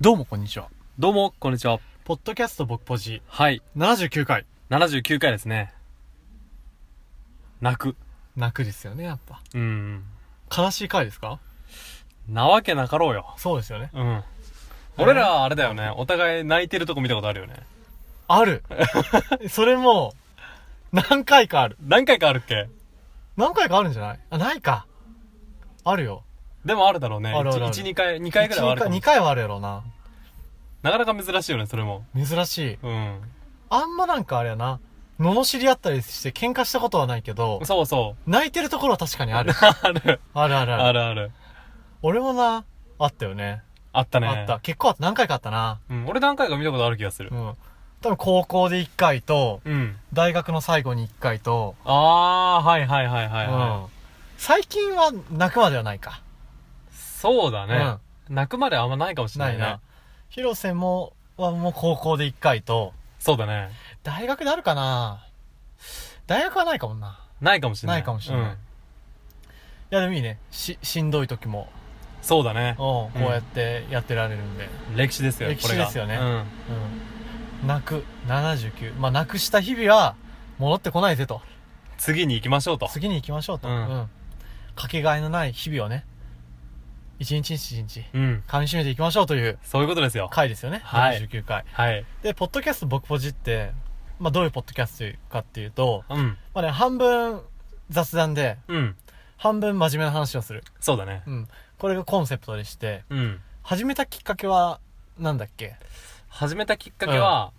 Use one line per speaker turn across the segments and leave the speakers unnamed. どうもこんにちは。
どうも、こんにちは。
ポッドキャスト僕ポジ
はい。
79回。
79回ですね。泣く。
泣くですよね、やっぱ。
うん。
悲しい回ですか
なわけなかろうよ。
そうですよね。
うん。俺ら、あれだよね。お互い泣いてるとこ見たことあるよね。
ある。 それも、何回かある。
何回かあるっけ
何回かあるんじゃないあ、ないか。あるよ。
でもあるだろうね。
あるあるある
1、2回、2回ぐらいはあるかも
2回はあるやろうな。
なかなか珍しいよね、それも。
珍しい。
うん。
あんまなんかあれやな。罵り合ったりして喧嘩したことはないけど、
そうそう。
泣いてるところは確かにある。
ある。
あるあるある。
あるある。
俺もな、あったよね。
あったね。
あった。。結構あった。何回かあったな。
うん。俺何回か見たことある気がする
う。ん。多分高校で1回と、
うん。
大学の最後に一回と、
あー、はいはいはいはいは
うん最近は泣くまではないか。
い。そうだね。泣くまであんまないかもしれ
な
ない
い
ね。
な。広瀬も、はもう高校で一回と、
そうだね。
大学であるかな大学はないかもな。
ないかもしれない。
ないかもしれない
うん
いやでもいいね。し、しんどい時も、
そうだね
うん。こうやってやってられるんで。
歴史ですよ、
歴史
これが
ですよね
うん。
うん。泣く、79。まあ、泣くした日々は、戻ってこないぜと。
次に行きましょうと。
次に行きましょうと。
うん
うん。かけがえのない日々をね、一日一日、
うん。
噛み締めていきましょうという
そういうことですよ。
回ですよね。
はい
79回。
はい。
で、ポッドキャスト僕ポジって、まあ、どういうポッドキャストかっていうと、
うん。
まあね、半分雑談で、
うん。
半分真面目な話をする。
そうだね。
うん。これがコンセプトでして、
うん。
始めたきっかけは、なんだっけ
始めたきっかけは、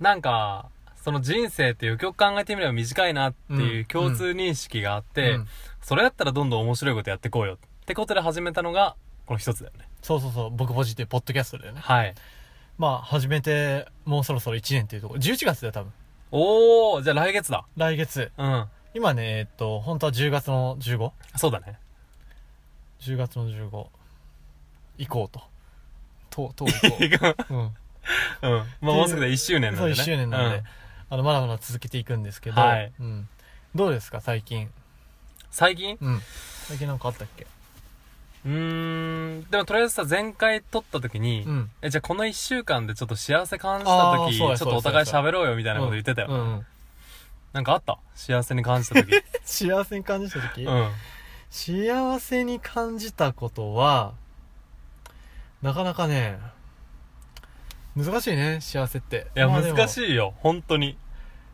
なんか、その人生っていうよく考えてみれば短いなって
う
い
ん
う共通認識があって、
うん
それだったらどんどん面白いことやっていこうよってことで始めたのが、この一つだよね。
そうそうそう、僕ポジっていうポッドキャストだよね。
はい。
まあ、始めて、もうそろそろ1年っていうところ。11月だよ、多分。
おー、じゃあ来月だ。
来月。
うん。
今ね、えっと、本当は10月の 15?10
そうだね。
月の15。行こうと。とう、 とう行こ う。うん。
うん。まあもうすぐで1周年なん
そう
でね。
1周年なんで、
うん
あのまだまだ続けていくんですけど、
はい
うん、どうですか最近、
最近
うん、最近なんかあったっけ
うーん。でもとりあえずさ、前回撮った時に、
うん
え、じゃあこの一週間でちょっと幸せ感じた
あー
時、ち
そう
ょ
や
っとお互い
そうや
喋ろうよみたいなこと言ってたよ。
うんうん
なんかあった幸せに感じた時。
幸せに感じた時、
うん。
幸せに感じたことはなかなかね難しいね幸せって
いや、
まあでも
難しいよ。本当に。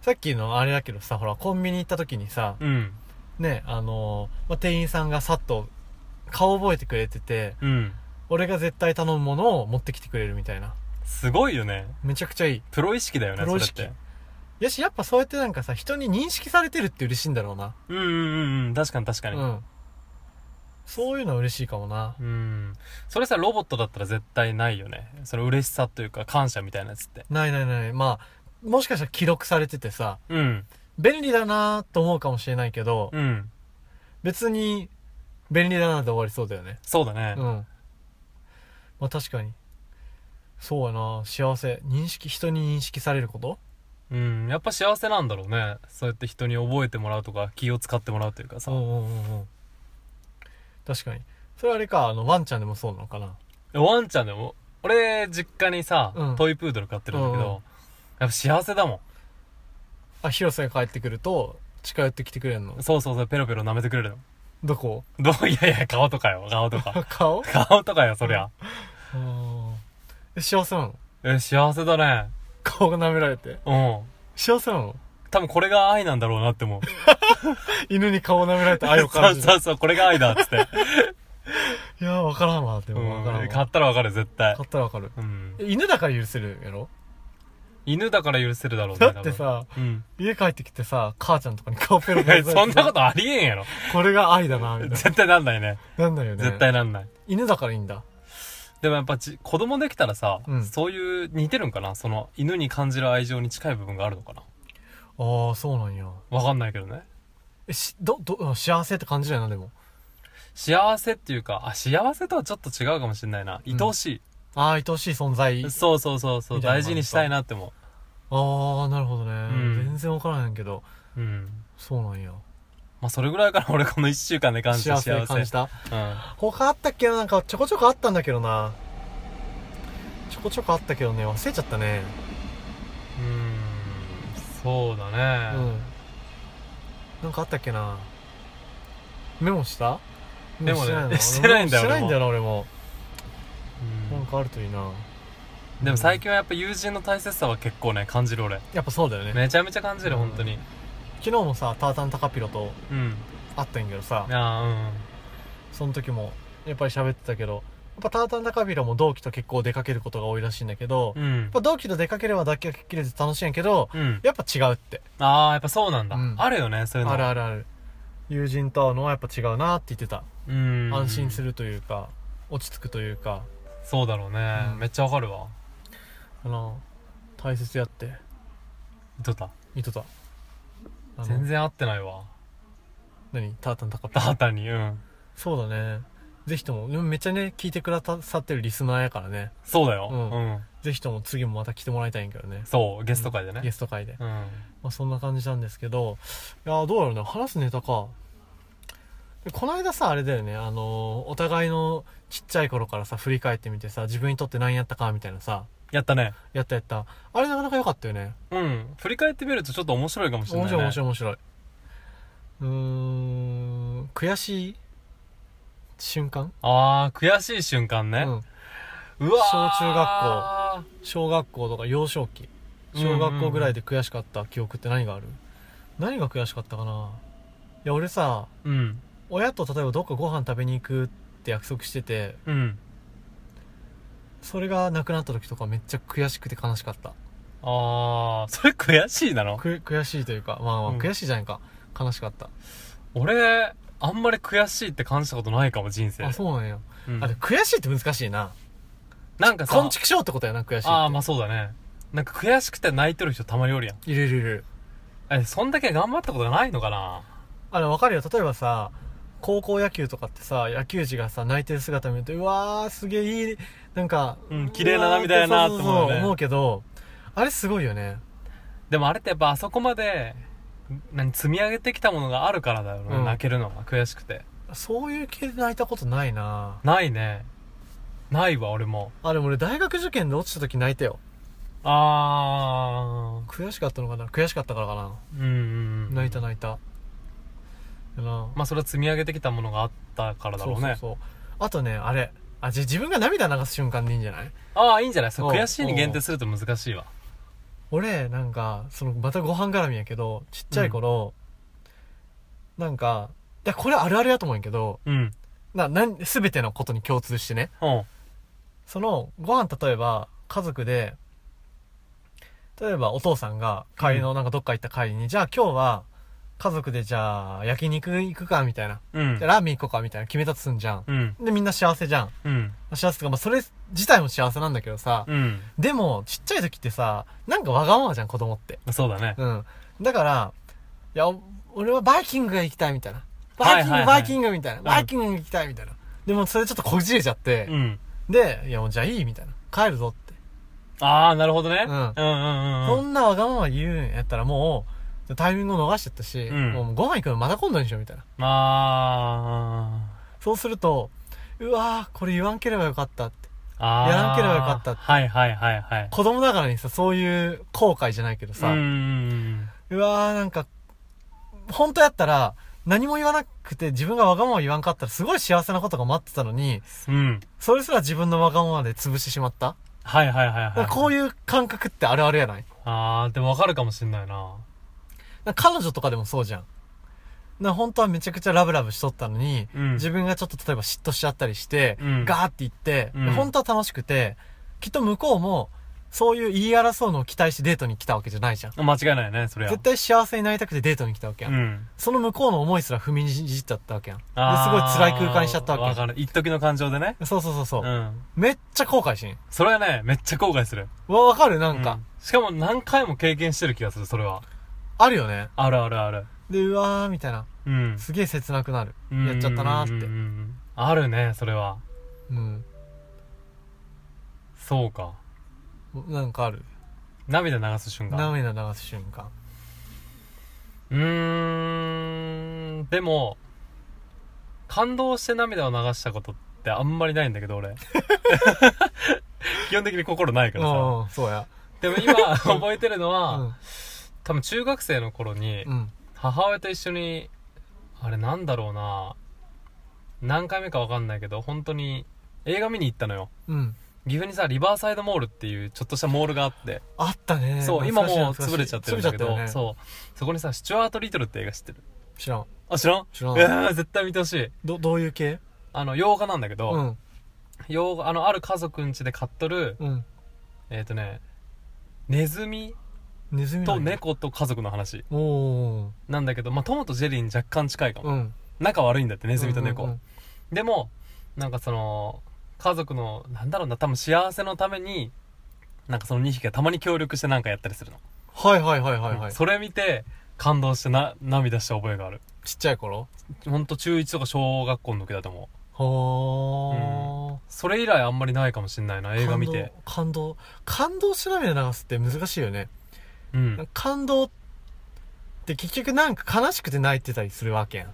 さっきのあれだけどさほらコンビニ行った時にさ、
うん。
ねあのーまあ、店員さんがさっと顔覚えてくれてて
うん。
俺が絶対頼むものを持ってきてくれるみたいな
すごいよね。
めちゃくちゃいい
プロ意識だよね、
プロ意識
それって。
やし、やっぱそうやってなんかさ、人に認識されてるって嬉しいんだろうな。
うんうんうんうん。確かに確か
う
に。
ん。そういうのは嬉しいかもな。
うん。それさ、ロボットだったら絶対ないよね。その嬉しさというか、感謝みたいなやつって。
ないないない。まあ、もしかしたら記録されててさ、
うん。
便利だなと思うかもしれないけど、
うん。
別に、便利だなで終わりそうだよね。
そうだね
うん。。まあ確かに。そうやな幸せ。認識、人に認識されること
うん。やっぱ幸せなんだろうね。そうやって人に覚えてもらうとか、気を使ってもらうというかさ。
うんうんうんうん。確かに。それはあれか、あの、ワンちゃんでもそうなのかな。
ワンちゃんでも、俺、実家にさ、
うん
トイプードル飼ってるんだけ
うんうん
ど、やっぱ幸せだも
あ、広瀬が帰ってくると、近寄ってきてくれるの
ん。。そうそうそう、ペロペロ舐めてくれるの。
どこ
どう いやいや、顔とかよ、顔 とか。
顔
顔とかよ、そりゃ。
あーえ幸せなの
え、幸せだね。
顔が舐められて
うん。
幸せなの
多分これが愛なんだろうなって思う。
犬に顔を舐められて愛を感じ
そうそ
る
うそう、これが愛だ、つって。
いやー分からんわ で
う
も分からんわ
ん。買ったらわかる、絶対
買。ったら分かる
うん。
え犬だから許せるやろ
犬だから許せるだろうね。
だ
多
って
分。
さ
うん。
家帰ってきてさ母ちゃんとかに顔ペロペ
え
ロ
そんなこととありえんやろ。
これが愛 だなみたい
絶対なんないね。
ななんだよね
絶対なんない。
犬だからいいんだ
でもやっぱち子供できたらさ、
うん
そういう似てるんかなその犬に感じる愛情に近い部分があるのかな
ああそうなんや
わかんないけどね
えしどどうん幸せって感じだよなでも
幸せっていうかあ幸せとはちょっと違うかもしれないな
うん
愛おし
ああ愛おしい存在
い、そうそうそうそう
みたいな感
大
じか
事にしたいなって思
ああなるほどね、
ん
全然分からへんけど
ううん
そうなんや
まあそれぐらいから 俺この1週間で感じた
幸
幸
せ
せ
感じた
うん、
他あったっけななんかちょこちょこあったんだけどなこちょこあったけどね忘れちゃったね
うーんそうだ
う
ね、
んなんかあったっけなメモした
メモね
メモ
してないんだよ
メ モしてないんだよな俺も
うん
なんかあるといいな
でも最近はやっぱ友人の大切さは結構ね感じる俺
やっぱそうだよね
めちゃめちゃ感じる本当に
昨日もさタータンタカピロと
うん
会ったんやけどさ
あ
その時もやっぱり喋ってたけどやっぱタータンタカピロも同期と結構出かけることが多いらしいんだけど、
あう
やっ
んうん
ぱ同期と出かければだけきれて楽しいんやけど
うん
やっぱ違うって
ああやっぱそうなんだ、
うん
あるよねそういうの
あるあ
る
るある友人と会うのはやっぱ違うなって言ってた、
うん
安心するというか落ち着くというか
そうだろうね、
うん
めっちゃわかるわ
あの大切やって
どうだ
言ってたあの
全然合ってないわ
何タータンタカピ
ダ
ロ
ータにうん
そうだねぜひともでもめっちゃね聞いてくださってるリスナーやからね
そうだよ
う
うんん、
ぜひとも次もまた来てもらいたいんやけどね
そうゲスト会でね
ゲスト会で、
うん、
まあ、そんな感じなんですけどいやーどうやろうね話すネタかでこの間さあれだよねあのーお互いのちっちゃい頃からさ振り返ってみてさ自分にとって何やったかみたいなさ
やったね
やったやったあれなかなか良かったよね
うん振り返ってみるとちょっと面白いかもしれな
面
い、ね、
白い面白い面白い
い
うーん悔しい瞬間
ああ悔しい瞬間ね、
うん
うわー
小中学小学校とか幼少期小学校ぐらいで悔しかった記憶って何がある、何が悔しかったかないや俺さ
うん
親と例えばどっかご飯食べに行くって約束してて
うん
それがなくなった時とかめっちゃ悔しくて悲しかった
ああそれ悔しいなの
く悔しいというかまあまあ
うん
悔しいじゃないか、悲しかった
俺あんまり悔しいって感じたことないかも人生
あそうなんや、
うん
あでも悔しいって難しいな
なんかさ
こんちくしょうってことやな悔しいって
ああまあそうだねなんか悔しくて泣いてる人たまにおるやん
いるいるいる
えそんだけ頑張ったことないのかな
あの分かるよ例えばさ高校野球とかってさ野球児がさ泣いてる姿見るとうわーすげえいいなんか、
うん綺麗な涙やな
うわーって
と思うよね
そそそ思うけどあれすごいよね
でもあれってやっぱあそこまで何積み上げてきたものがあるからだよね、
うん
泣けるのが悔しくて
そういう系で泣いたことないな
ないねないわ俺も
あでも俺大学受験で落ちた時泣いたよ
あ
悔しかったのかな悔しかったからかな
ーうんうんうん
泣いた泣いただな
まあそれは積み上げてきたものがあったからだろうね
そうそうそうあとねあれあじ自分が涙流す瞬間でいいんじゃない
ああいいんじゃないそう
うん
悔しいに限定すると難しいわ
俺なんかそのまたご飯絡みやけどちっちゃい頃、なんかいやこれあるあるやと思うんやけど
うん
ななん全てのことに共通してね
うん
そのご飯例えば家族で例えばお父さんが帰りのなんかどっか行った帰りに、じゃあ今日は家族でじゃあ焼肉行くかみたいな、
うん
じゃあラーメン行こうかみたいな決めたとすんじゃん
うん
でみんな幸せじゃん
うん
幸せとか、まあ、それ自体も幸せなんだけどさ、
うん
でも、ちっちゃい時ってさ、なんかわがままじゃん、子供って。
そうだね
うん。だから、いや、お俺はバイキングが行きたいみたいな。
は
バ
い
イキング、
はいはい
バイキングみたいな。バイキングが行きたいみたいな。でも、それちょっとこじれちゃって、
うん
で、いや、もうじゃあいいみたいな。帰るぞって。
ああなるほどね
う
うんんうんう
こ
んうん
んなわがまま言うんやったらもう、タイミングを逃しちゃったし、
うん
もうご飯行くのまた今度にしようみたいな。
あ
そうすると、うわぁ、これ言わんければよかったって。
ーあー
やらんければよかったって
はいはいはいはい
子供ながらにさ、そういう後悔じゃないけどさ、
うんうん
うわーなんか、本当やったら、何も言わなくて自分がわがまま言わんかったらすごい幸せなことが待ってたのに、
うんうん
それすら自分のわがままで潰してしまった。
はいはいはい
だか
は
ら
い
こういう感覚ってあるあるやない
あーでもわかるかもしんないな
なんか彼女とかでもそうじゃん。な本当はめちゃくちゃラブラブしとったのに、
うん
自分がちょっと例えば嫉妬しちゃったりして、
うん
ガーって言って、
うん
本当は楽しくて、きっと向こうも、そういう言い争うのを期待してデートに来たわけじゃないじゃん。
間違いないねそれは
絶対幸せになりたくてデートに来たわけやん
うん
その向こうの思いすら踏みにじっちゃったわけやん。です
あ
ごい
ー
辛い空間にしちゃったわ
わ
けや
かる一時の感情でね
ん。そうそうそうそうう、
ん
めっちゃ後悔しん。
それはねめっちゃ後悔する
わ、わかるなんか、
うんしかも何回も経験してる気がするそれは
あるよね。
あるあるある
で、うわーみたいな。
うん
すげえ切なくなる。やっちゃったなーって
うんうんうんうんあるねそれは
うん。
そうか
なんかある。
涙流す瞬間
涙流す瞬間。
うーんでも感動して涙を流したことってあんまりないんだけど俺基本的に心ないからさ。
うん、そうや。
でも今覚えてるの
う
は、
ん。
多分中学生の頃に
う、ん。
母親と一緒に、あれなんだろうな何回目かわかんないけど、本当に映画見に行ったのよ。
うん。
岐阜にさ、リバーサイドモールっていうちょっとしたモールがあって、
あったね。
そう、今
懐かしい
もう潰れちゃってるんだ
懐かしい潰れちゃっ
けど、
たよね。
そう、そこにさ、スチュワート・リトルって映画知ってる。
知らん。
あ、知らん
知らん
うわー絶対見てほしい。
ど、どういう系
あの、洋画なんだけ
う
ど、
ん。
洋画、あの、ある家族ん家で買っとる、
うん。
えっ、とね、ネズミ
ネズミな
と
んや。
猫と家族の話
おお
なんだけど、まあ、トムとジェリーに若干近いかも。
うん。
仲悪いんだって、ネズミと猫。
うんうん
でも、なんかその、家族の、なんだろうな、多分幸せのために、なんかその2匹がたまに協力してなんかやったりするの。
はいはいはいはいはい。
それ見て、感動してな、涙した覚えがある。
ちっちゃい頃
ほんと中1とか小学校の時だと思う。
はあ。
それ以来あんまりないかもしんないな、映画見て。
感動感動感動しながら流すって難しいよね
うん。
感動って結局なんか悲しくて泣いてたりするわけや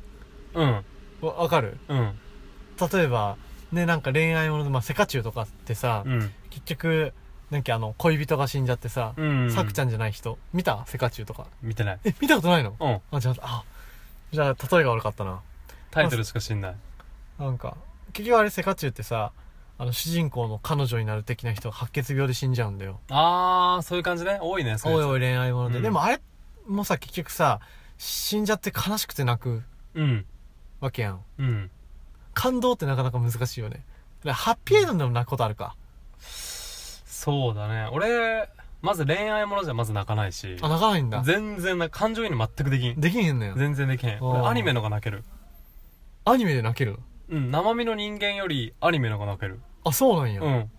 うん。
んわわかる
うん。
例えばねなんか恋愛もので、まあ、セカチュウとかってさ、
うん。
結局なんかあの恋人が死んじゃってさ、
うん。
サクちゃ
ん。
んじゃない人見たセカチュウとか
見てない。
え見たことないの
うん。
あじゃああじゃあ例えが悪かったな
タイトルしか知んない。
なんか結局あれセカチュウってさあの主人公の彼女になる的な人が白血病で死んじゃうんだよ
あー、そういう感じね。多いね、そう
おい
いうや
おい恋愛もので、
うん
でもあれもさ結局さ死んじゃって悲しくて泣く
つ。うん。
わけやん
うん。
感動ってなかなか難しいよねだからハッピーエンドでも泣くことあるか、
そうだね。俺、まず恋愛ものじゃまず泣かないし。
あ泣かないんだ
全然な、感情移入全くできん。
できへんのや
全然できへん。俺
あー
アニメのが泣ける。
アニメで泣けるの
うん、生身の人間よりアニメのが泣ける。
あそうなんや、
う
あ
ん。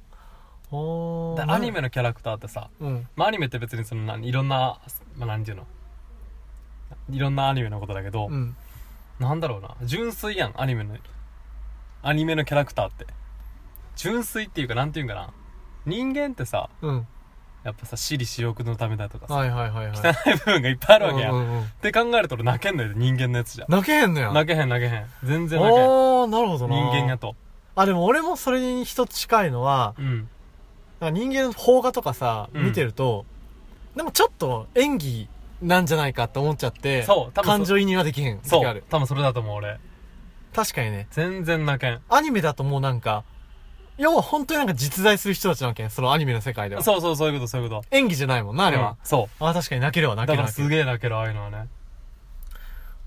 ー
で、
な
アニメのキャラクターってさ、
うん
まあアニメって別にその、なんいろんな、まあなんていうの。いろんなアニメのことだけど、
うん
なんだろうな。純粋やん、アニメの。アニメのキャラクターって。純粋っていうか、なんていうんかな。人間ってさ、
うん
やっぱさ、私利私欲のためだとかさ、
はいはいはいはい
汚い部分がいっぱいあるわけやん。
う
っ
んうんうん
て考えると俺泣けんのよ、人間のやつじゃ。
泣けへんのや
泣けへん泣けへん。全然泣けへん。
ああなるほどな
人間やと。
あでも俺もそれに一つ近いのは
うん。
なんか人間の邦画とかさ
うん
見てると、でもちょっと演技なんじゃないかって思っちゃって
そう多分そう
感情移入はできへん
そ
時あ
う
る。
多分それだと思う、俺。
確かにね
全然泣けん。
アニメだともうなんか要は本当になんか実在する人たちなわけねそのアニメの世界では
そうそう、そういうこと、そういうこと。
演技じゃないもんなあれ
うん
は、
そ
あ確かに泣けるわ
う。
泣
だ
け
か
る
ら
泣け
す
る
げえ泣ける、ああいうのはね。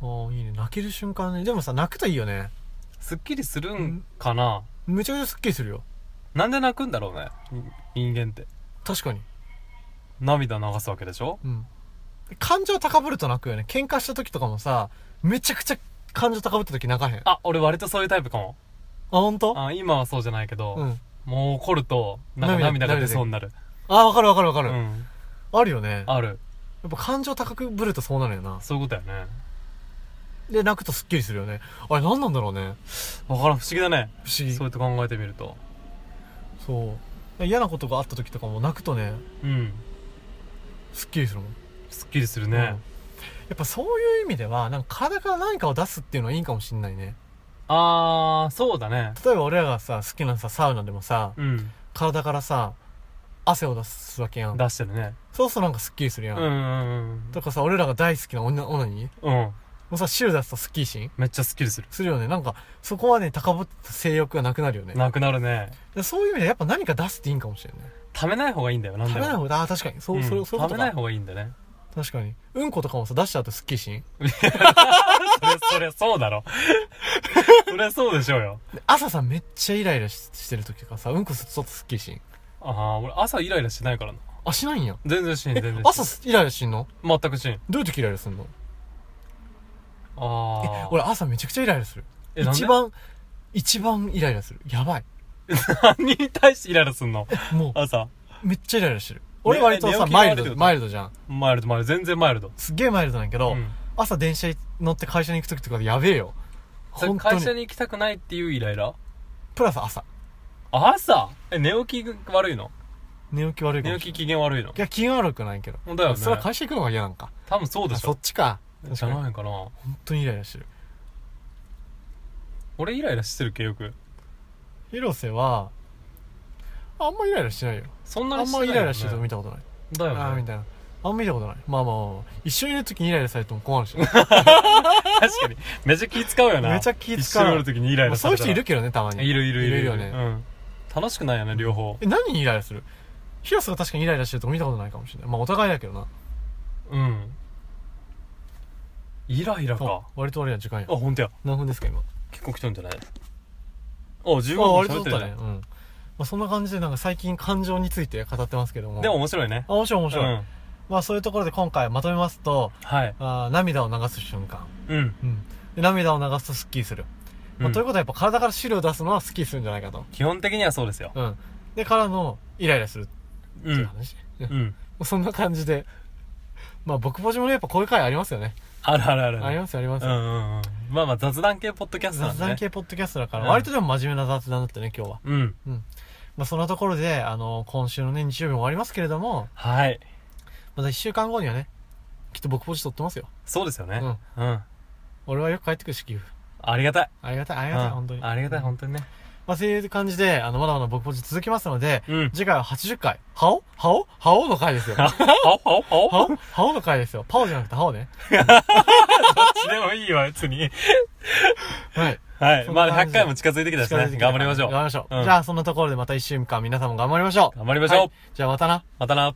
ああいいね泣ける瞬間ねでもさ泣くといいよね
すっきりするんかな、
めちゃくちゃスッキリするよ
なんで泣くんだろうね。人間って。
確かに
涙流すわけでしょ
うん感情高ぶると泣くよね喧嘩した時とかもさめちゃくちゃ感情高ぶった時泣かへんあ
あ、俺割とそういうタイプかも。
本当
あ今はそうじゃないけど、
うん
もう怒ると、なんか
涙
涙が出そうになる。
あわかるわかるわか
う
る、
ん。
あるよね
ある。
やっぱ感情高くぶるとそうなるよな。
そういうことやね。
で、泣くとスッキリするよね。あれ何なんだろうね。
わからん、不思議だね。
不思議。
そう
そ
や
う
って考えてみると。
嫌なことがあった時とかも泣くとね、
うん。
スッキリするもん。
すっきりする
うん
ね
や。っぱそういう意味では、なんか体から何かを出すっていうのはいいんかもしんないね。
あー、そうだね。
例えば俺らがさ、好きなさ、サウナでもさ、
うん。
体からさ、汗を出すわけやん。
出してるね。
そうするとなんかスッキリする
う
や
ん
ん。
うん
とかさ、俺らが大好きな女、女に、も
うん。うん。
うさ、汁出すとスッキリしん
めっちゃすっきりする。
するよね。なんか、そこはね、高ぶった性欲がなくなるよね。
なくなるね。
でそういう意味ではやっぱ何か出すっていいんかもしれない。
食べない方がいいんだよ、なんで
食べ
も。
ない方が、あー確かに。そう、
うん
それ、そういうこと
食べない
か。
方がいいんだね。
確かに。うんことかもさ、出した後スッキリしん
それ、それ、そう だろ。それ、そうでしょうよ。
で朝さ、めっちゃイライラししてる時とかさ、うんこすっとスッキリしん
ああ、俺、朝イライラしてないからな。
あ、しないんや。
全然しん、
え
全然しん。
朝すイライラしんの
全くしん。
どういう時イライラすんの
あ
え
あ。、
俺朝めちゃくちゃイライラする。
え、なんで
一。番、一番イライラする。やばい。
何に対してイライラすんの
も
朝。
う、めっちゃイライラしてる。俺割と
寝
さ、
起きが
マ
悪い
イ
って
ル
こ
ド、
と
マイルドじゃん。
マイルド、マイルド、全然マイルド。
すっげえマイルドなんやけど、
うん
朝電車に乗って会社に行く時とかやべえよ。
それ
本当
会社
に。
に行きたくないっていうイライラ
プラス朝。
朝え、寝起きが悪いの
寝起き悪いか
寝
もしれない。
起き機嫌悪いの
いや、気が悪くないけど。
ほんだよね
それは会社行くのが嫌なんか。
多分そうで
あ
し
そ
ょ
っ。ちか。確
じ
か
ゃ
に。
な
本
いかな。
当にイライラしてる。
俺イライラしてるっけ、よく。
広瀬は、あんまイライラしてないよ
そんな
あ
に
ん
して
ま
ない
イ
よ、ね、
ライラしてるとこ見たことない
だ
ああ
よ
ーみ
ね
たいなあんま見たことないまあまあまあまあ一緒にいる時にイライラされても困るし
確かにめちゃ気使うよな
めちゃ気使う
一緒におる時にイライ
まあ
ラさ
そういう
れた
人
ら
いるけどねたまに
いるいるいる
よね、
うん、楽しくないよね両方
え何にイライラする広瀬が確かにイライラしてるとこ見たことないかもしれないまあお互いだけどな
うんイライラか
あ割と割れな時間や
あ本当や
何分ですか今
結構来とんじゃないあ15
あ
分
割
喋
と
っ
ってた
る
ね
ね
うん、まあ、そんな感じでなんか最近感情について語ってますけども
でも面白いね
あ面白い面白い、
うん
まあそういうところで今回まとめますと
はい
あー涙を流す瞬間、
うん
うん、で涙を流すとスッキリする、まあ
うん
ということはやっぱ体から汁を出すのはスッキリするんじゃないかと
基本的にはそうですよ
うんでからのイライラするって
う
いうん話、
う
も
ん
う そんな感じでまあ僕ぼじもねやっぱこういう回ありますよね
あるあるある
ありますよあります
う
よ、
んうんうんまあまあ雑談系ポッドキャストなん
雑
でね
談系ポッドキャストだから、
うん
割とでも真面目な雑談だったね今日は
うん
まあそんなところであの今週のね日曜日も終わりますけれども
はい
また1週間後にはねきっと僕ポジ撮ってますよ
そうですよね
うん
うん
俺はよく帰ってくるし寄付
ありがたい
ありがたいあ
あ
りがたい、本当に
ありがたい
うん
本当にね
まあそういう感じであのまだまだ僕ポジ続きますので
うん
次回は80回ハオハオハオの回ですよハ
あおあお あお
オハオの回ですよパオじゃなくてハオね
どっちでもいいわ別に
はい
はい。
そん
ま
な
あ、
感じ
100
で
回も近づいてきたし
近づいて
ね。
きた
頑張りましょう。
頑張りましょう、
うん
じゃあそんなところでまた1週間皆さんも頑張りましょう
頑張りましょう。
はいじゃあまたな
またな。